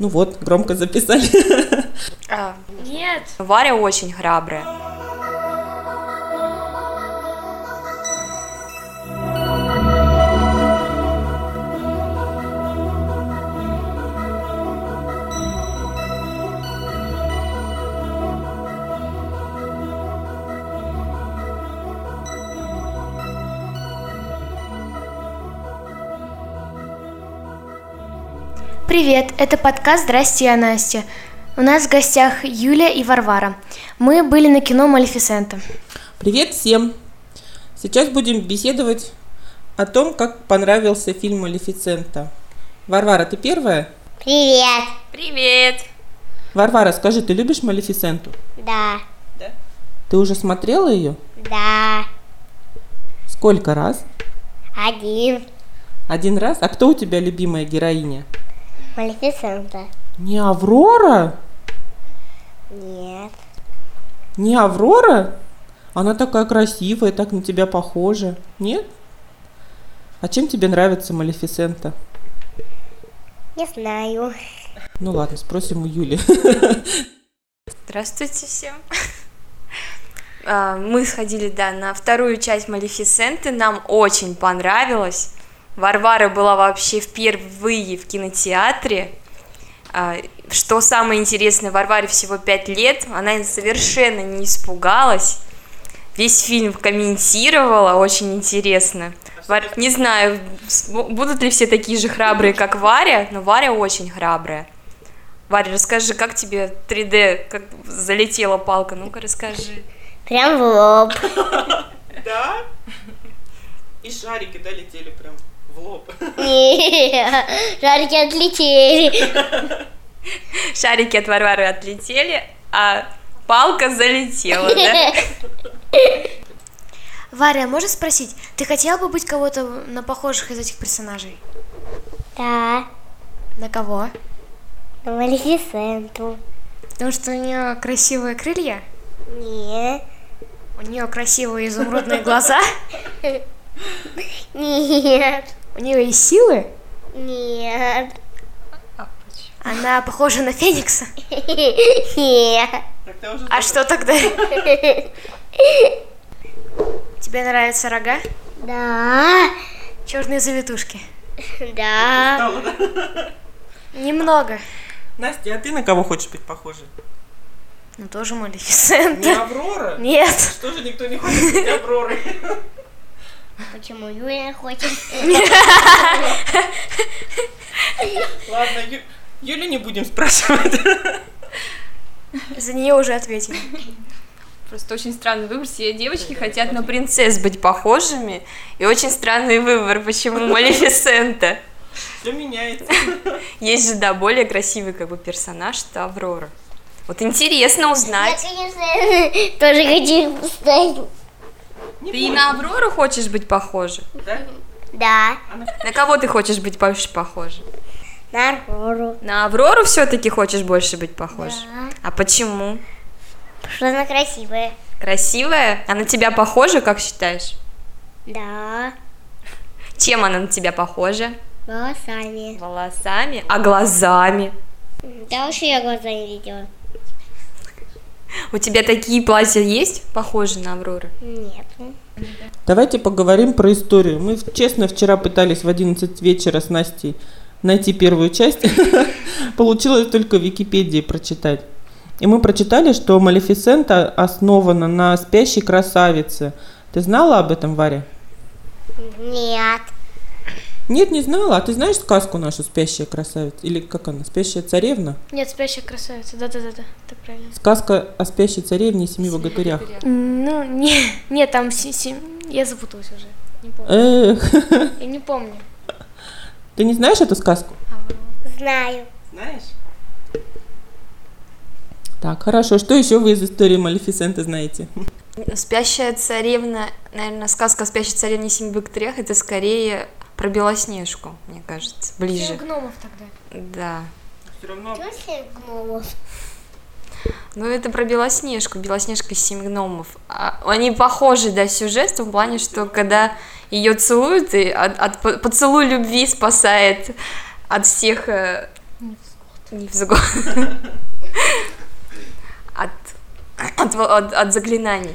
Ну вот, громко записали. А, Нет. Варя очень храбрая. Привет, это подкаст «Здрасте, я Настя». У нас в гостях Юля и Варвара. Мы были на кино «Малефисента». Привет всем! Сейчас будем беседовать о том, как понравился фильм «Малефицента». Варвара, ты первая? Привет. Привет! Варвара, скажи, ты любишь «Малефисенту»? Да. Ты уже смотрела ее? Да. Сколько раз? Один. Один раз? А кто у тебя любимая героиня? Малефисента. Не Аврора? Нет. Не Аврора? Она такая красивая, так на тебя похожа. Нет? А чем тебе нравится Малефисента? Не знаю. Ну ладно, спросим у Юли. Здравствуйте всем! А, Мы сходили, да, на вторую часть Малефисенты, нам очень понравилось. Варвара была вообще впервые в кинотеатре. А, Что самое интересное, Варваре всего пять лет, она совершенно не испугалась. Весь фильм комментировала, очень интересно. Вар- Не знаю, с- будут ли все такие же храбрые, как Варя, но Варя очень храбрая. Варя, расскажи, как тебе 3D, как залетела палка? Ну-ка, расскажи. Прям в лоб. Да? И шарики, да, летели прям в лоб. Нет. Жарки отлетели. Шарики от Варвары отлетели, а палка залетела, да? Варя, можно спросить, ты хотела бы быть кого-то на похожих из этих персонажей? Да. На кого? На Малефисенту. Потому что у нее красивые крылья, Нет. у нее красивые изумрудные глаза, Нет. у нее есть силы, Нет. она похожа на Феникса. Нет. Тогда уже А что тогда? Тебе нравятся рога? Да. Черные завитушки. Да. Немного. Настя, а ты на кого хочешь быть похожа? Ну тоже Не Малефисента. Аврора? Нет. Что же никто не хочет быть Авророй? Почему Юля хочет? Ладно, Ю- Юлю не будем спрашивать. За нее уже ответили. Просто очень странный выбор. Все девочки хотят на принцесс быть похожими. И очень странный выбор, почему Малефисента. Все меняется. Есть же, да, более красивый как бы персонаж, что Аврора. Вот интересно Я, узнать. конечно, тоже хочу стать. Ты и на Аврору хочешь быть похожа? Да? Да. На кого ты хочешь быть больше похожа? На гору. На Аврору все-таки хочешь больше быть похожа? А почему? Что она красивая. Красивая? Она тебя похожа, как считаешь? Да. Чем она на тебя похожа? Волосами. Волосами? А глазами? Да уж я глаза не видела. У тебя такие платья есть, похожие на Авроры? Нет. Давайте поговорим про историю. Мы, честно, вчера пытались в 11 вечера с Настей найти первую часть. Получилось только в Википедии прочитать. И мы прочитали, что Малефисента основана на спящей красавице. Ты знала об этом, Варя? Нет. Нет, не знала. А ты знаешь сказку нашу «Спящая красавица»? Или как она? «Спящая царевна»? Нет, спящая красавица. Да-да-да, ты правильно. Сказка о спящей царевне и семи богатырях. Ну, не, нет, там си- си- я запуталась уже. Не помню. Эх, Я не помню. ты не знаешь эту сказку? Знаю. Знаешь? Так, хорошо. Что еще вы из истории Малефисента знаете? Спящая царевна, наверное, сказка о спящей царевне и семи богатырях, это скорее про Белоснежку, мне кажется, ближе. гномов тогда? Да. гномов? Ну, это про Белоснежку, Белоснежка из семи гномов. А, они похожи, да, сюжет в том плане, что когда ее целуют, и от, от по- поцелуй любви спасает от всех э, Невзгод. От, от, от, от заклинаний.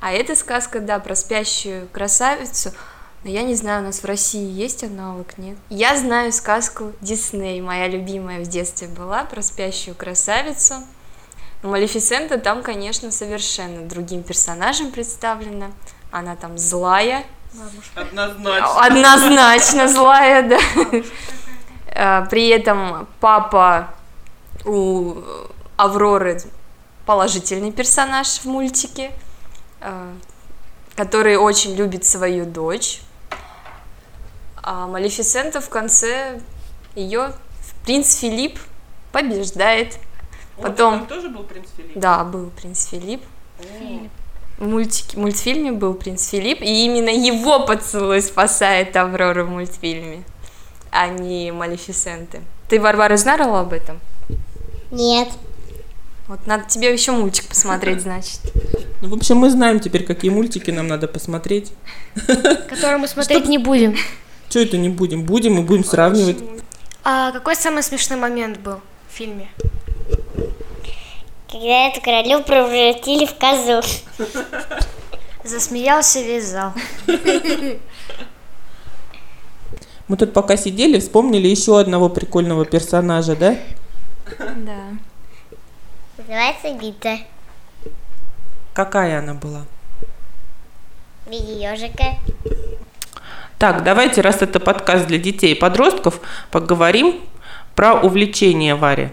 А эта сказка, да, про спящую красавицу. Но я не знаю, у нас в России есть аналог, нет? Я знаю сказку Дисней, моя любимая в детстве была, про спящую красавицу. У Малефисента там, конечно, совершенно другим персонажем представлена. Она там злая, Однозначно. Однозначно злая, да. Э, При этом папа у Авроры положительный персонаж в мультике, э, который очень любит свою дочь. А Малефисента в конце ее принц Филипп побеждает. Там Потом- тоже был принц Филипп? Да, был принц Филипп. В мультике, мультфильме был принц Филипп, и именно его поцелуй спасает Аврора в мультфильме, а не Малефисенты. Ты, Варвара, знала об этом? Нет. Вот надо тебе еще мультик посмотреть, значит. Ну, в общем, мы знаем теперь, какие мультики нам надо посмотреть. Который мы смотреть не будем. Что это не будем? Будем и будем сравнивать. А какой самый смешной момент был в фильме? Когда эту королю превратили в козу. Засмеялся весь зал. Мы тут пока сидели, вспомнили еще одного прикольного персонажа, да? Да. Называется Бита. Какая она была? В виде ежика. Так, давайте, раз это подкаст для детей и подростков, поговорим про увлечение Вари.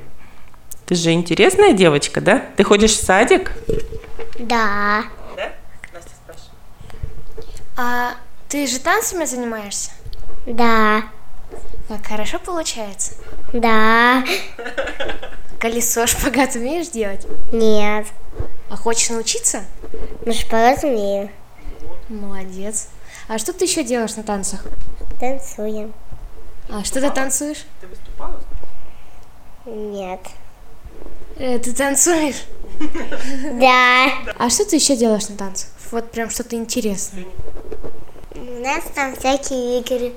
Ты же интересная девочка, да? Ты ходишь в садик? Да. Да? Настя спрашивает. А ты же танцами занимаешься? Да. Как хорошо получается. Да. Колесо шпагат умеешь делать? Нет. А хочешь научиться? Ну, шпагат умею. Молодец. А что ты еще делаешь на танцах? Танцуем. А что ты танцуешь? Ты выступала? Нет. Э, ты танцуешь? Да. А что ты еще делаешь на танцах? Вот прям что-то интересное. У нас там всякие игры.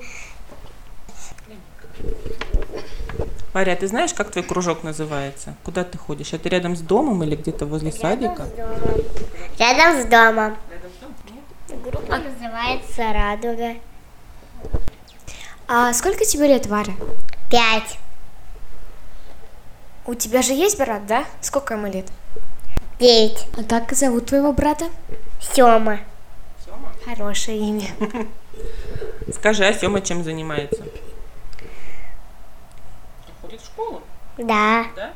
Варя, а ты знаешь, как твой кружок называется? Куда ты ходишь? Это рядом с домом или где-то возле садика? Рядом с домом. Группа называется «Радуга». А сколько тебе лет, Варя? Пять. У тебя же есть брат, да? Сколько ему лет? Девять. А как зовут твоего брата? Сема. Хорошее имя. Скажи, а Сема чем занимается? Ходит в школу, Да. да?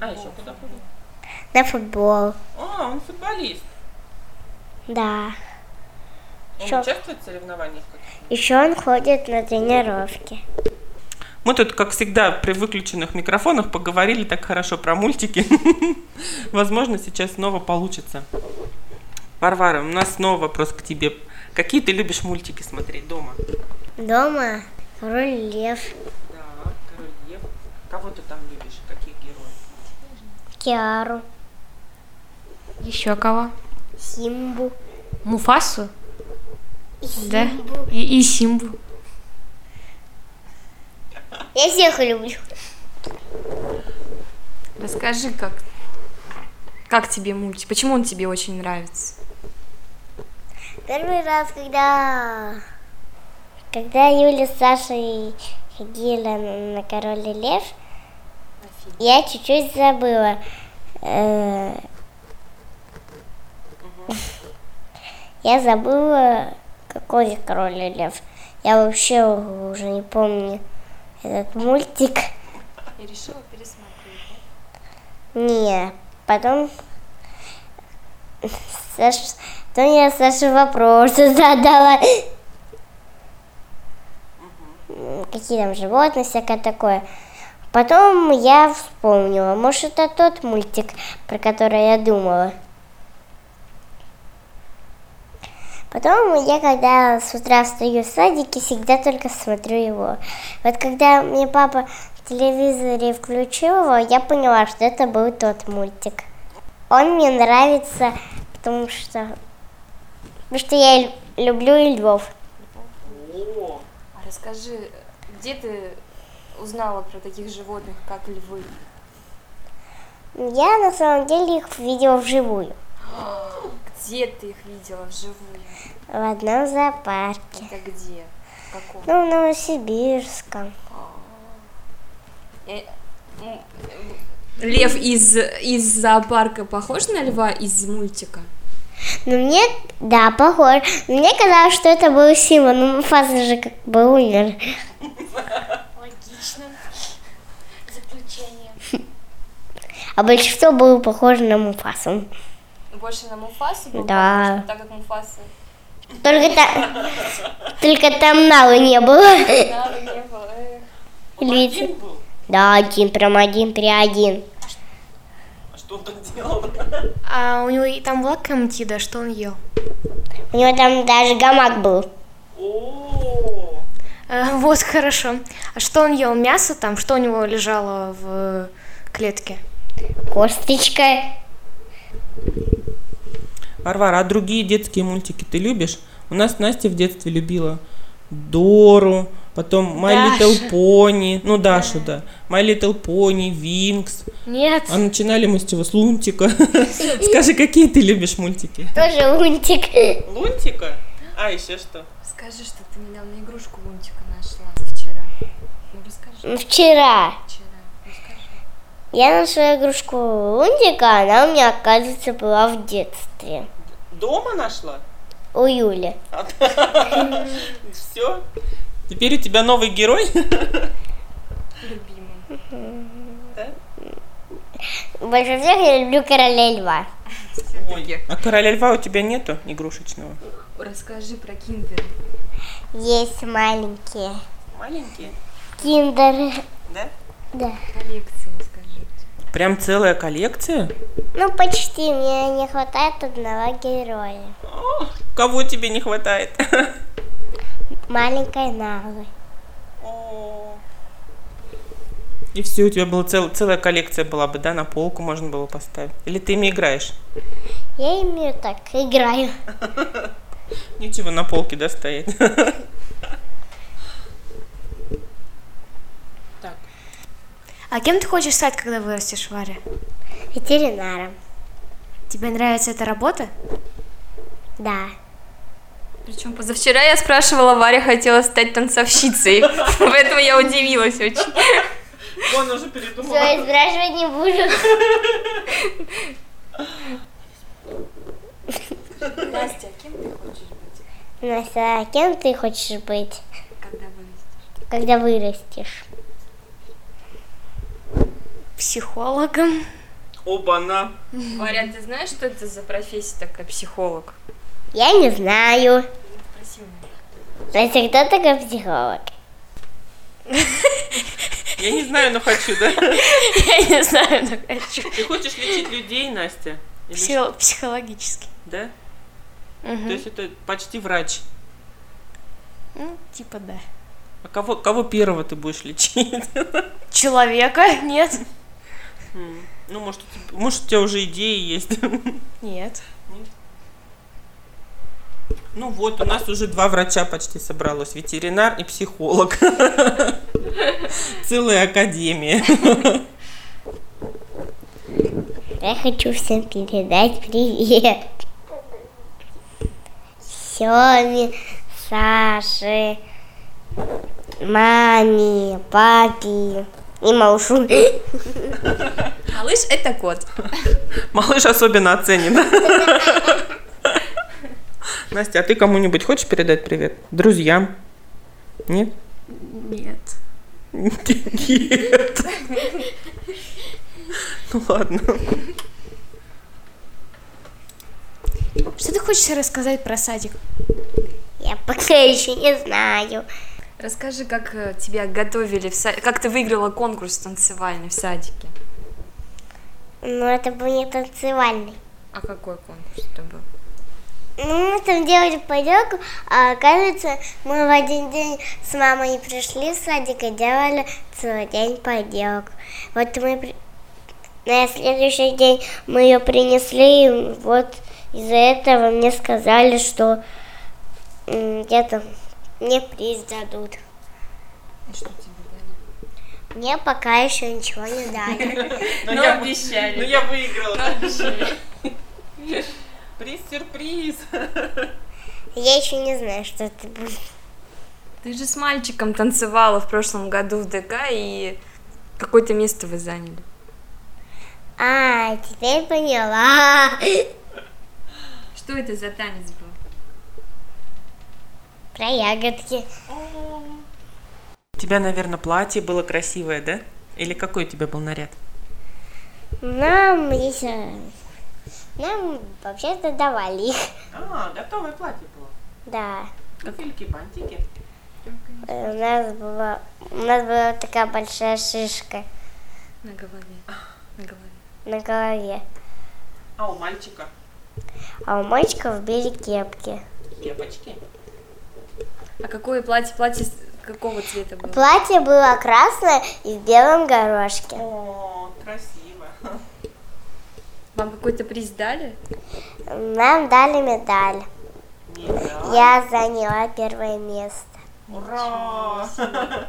А еще куда ходит? На футбол. А, он футболист. Да. Он Чё? участвует в соревнованиях? Еще он ходит на тренировки. Мы тут, как всегда, при выключенных микрофонах поговорили так хорошо про мультики. Возможно, сейчас снова получится. Варвара, у нас снова вопрос к тебе. Какие ты любишь мультики смотреть дома? Дома король лев, Да, король Лев. Кого ты там любишь? Каких героев? Киару, Еще кого? Симбу. Муфасу? Да. Симбу. И, и Симбу. Я всех люблю. Расскажи, как, как тебе мультик, почему он тебе очень нравится? Первый раз, когда... Когда Юля с Сашей ходили на, на король и лев, я чуть-чуть забыла. Э, Я забыла, какой король и лев. Я вообще уже не помню этот мультик. Я решила пересмотреть. Не, потом Саш- потом я Саше вопросы задала. М, Какие там животные, всякое такое. Потом я вспомнила, может, это тот мультик, про который я думала. Потом я, когда с утра встаю в садике, всегда только смотрю его. Вот когда мне папа в телевизоре включил его, я поняла, что это был тот мультик. Он мне нравится, потому что, потому что я лю- люблю и львов. А расскажи, где ты узнала про таких животных, как львы? Я на самом деле их видела вживую Где ты их видела вживую? в одном зоопарке. Это где? В каком? Ну, в Новосибирском. Э, м, Лев из, из зоопарка похож на льва из мультика? Но мне, да, похоже. Но Мне казалось, что это был Симон. Ну, Муфаса же как бы умер. Логично. Заключение. А большинство было похоже на Муфасу. Больше на Муфасу был Да. похож, так как Муфаса Только, та... Только там Налы не было. Навы не было. Эх. Или- Да, один, прям один при один. Что он так делал? А у него и там была комтида, что он ел? У него там даже гамак был. О, Э, вот, хорошо. А что он ел? Мясо там? Что у него лежало в клетке? Косточка. Варвара, а другие детские мультики ты любишь? У нас Настя в детстве любила Дору, потом My Little Pony, ну Дашу, да, My Little Pony, Винкс. Нет. А начинали мы с чего? С Лунтика. Скажи, какие ты любишь мультики? Тоже лунтик. Лунтика? А еще что? Скажи, что ты недавно игрушку Лунтика нашла вчера. Ну расскажи Вчера вчера. Расскажи. я нашла игрушку лунтика, она у меня, оказывается, была в детстве. Дома нашла? У Юли. Все? Теперь у тебя новый герой? Любимый. Больше всех я люблю короля льва. Ой. А короля льва у тебя нету игрушечного? Расскажи про киндер. Есть маленькие Маленькие, киндеры. да? Да. Коллекции расскажи. Прям целая коллекция? Ну, почти. Мне не хватает одного героя. О, кого тебе не хватает? Маленькой Налы. И все, у тебя была цел- целая коллекция была бы, да, на полку можно было поставить. Или ты ими играешь? Я ими так играю. Ничего, типа на полке, да, стоит. А кем ты хочешь стать, когда вырастешь, Варя? Ветеринаром. Тебе нравится эта работа? Да. Причем позавчера я спрашивала, Варя хотела стать танцовщицей. В этом я удивилась очень. Он уже передумал. Все, изображивать не буду. Настя, а кем ты хочешь быть, Настя, а кем ты хочешь быть, когда вырастешь? когда вырастешь? Психологом. Оба-на. Варя, ты знаешь, что это за профессия такая, психолог? Я не знаю. Красиво. Настя, кто такой психолог? Я не знаю, но хочу, да? Я не знаю, но хочу. Ты хочешь лечить людей, Настя? Или Психо- что, Психологически. Да? Мгм. То есть это почти врач. Ну, типа да. А кого, кого первого ты будешь лечить? Человека? Нет. М. Ну, может, у тебя, может, у тебя уже идеи есть. Нет. Ну вот, у нас уже два врача почти собралось. Ветеринар и психолог. Целая академия. Я хочу всем передать привет. Семе, Саше, маме, папе и малышу. Малыш, это кот. Малыш особенно оценен. Настя, а ты кому-нибудь хочешь передать привет? Друзьям? Нет? Нет. Нет. Ну ладно. Что ты хочешь рассказать про садик? Я пока еще не знаю. Расскажи, как э, тебя готовили в садике, как ты выиграла конкурс танцевальный в садике? Но это был не танцевальный. А какой конкурс это был? Ну, мы там делали поделку, а оказывается, мы в один день с мамой пришли в садик и делали целый день поделку. Вот мы при- на следующий день мы ее принесли, и вот из-за этого мне сказали, что м, где-то мне приз дадут. Что тебе дали? Мне пока еще ничего не дали. Но Но я вы- обещали. но Ну, я выиграла. Приз сюрприз. Я еще не знаю, что это будет. Ты же с мальчиком танцевала в прошлом году в ДК, и какое-то место вы заняли. А, теперь поняла. Что это за танец был? Про ягодки. У тебя, наверное, платье было красивое, да? Или какой у тебя был наряд? Нам еще... Нам вообще-то давали их. А, готовое платье было. Да. Туфельки, бантики. Э, У нас была, у нас была такая большая шишка На голове. На голове. на голове. А у мальчика А у мальчиков были кепки. кепочки. А какое платье? Платье с- какого цвета было? Платье было красное и в белом горошке. О, красиво. Вам какой-то приз дали? Нам дали медаль. Медаль. Я заняла первое место. Ура! А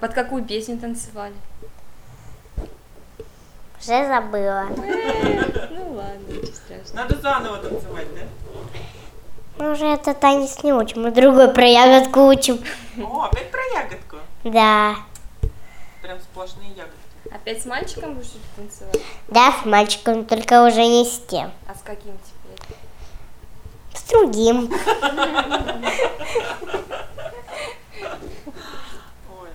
под какую песню танцевали? Уже забыла. Ну ладно, ничего страшного. Надо заново танцевать, да? Мы уже этот танец не учим, мы другой про ягодку учим. О, опять про ягодку. Да. Прям сплошные ягодки. Опять с мальчиком будешь танцевать? Да, с мальчиком, только уже не с тем. А с каким теперь? С другим. Ой.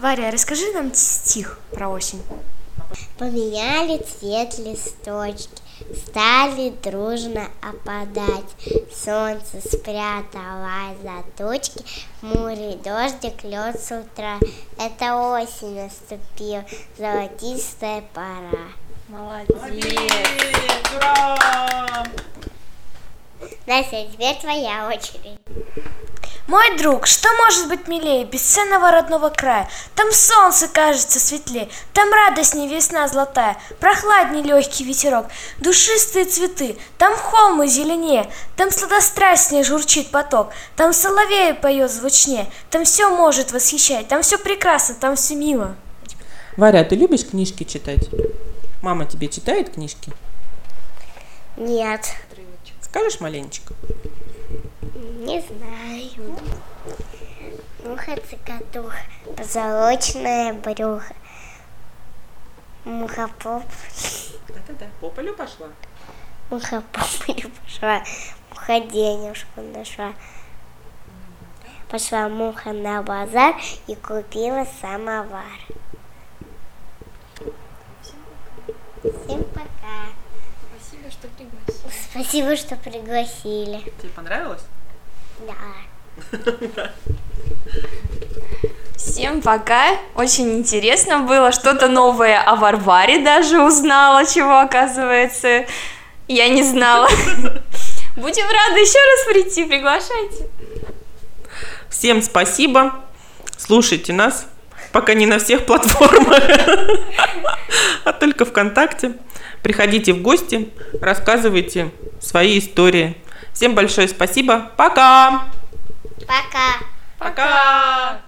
Варя, расскажи нам стих про осень. Поменяли цвет листочки, стали дружно опадать. Солнце спряталось за тучки, мури дождик лед с утра. Это осень наступила, золотистая пора. Молодец. Молодец, Ура! Настя, а теперь твоя очередь. Мой друг, что может быть милее бесценного родного края? Там солнце кажется светлее, там радостнее весна золотая, прохладней легкий ветерок, душистые цветы, там холмы зеленее, там сладострастнее журчит поток, там соловей поет звучнее, там все может восхищать, там все прекрасно, там все мило. Варя, а ты любишь книжки читать? Мама тебе читает книжки? Нет, Скажешь маленечко? не знаю. Муха цикатуха, позолоченное брюхо. Мухопоп, Да-да-да. По полю пошла. мухопоп или пошла, муха денежку нашла. Пошла муха на базар и купила самовар. Всем пока. Спасибо, что пригласили. Спасибо, что пригласили. Тебе понравилось? Да. Всем пока. Очень интересно было. Что-то новое о Варваре даже узнала, чего, оказывается, я не знала. Будем рады еще раз прийти, приглашайте. Всем спасибо. Слушайте нас. Пока не на всех платформах, а только ВКонтакте. Приходите в гости, рассказывайте свои истории. Всем большое спасибо. Пока! Пока. Пока!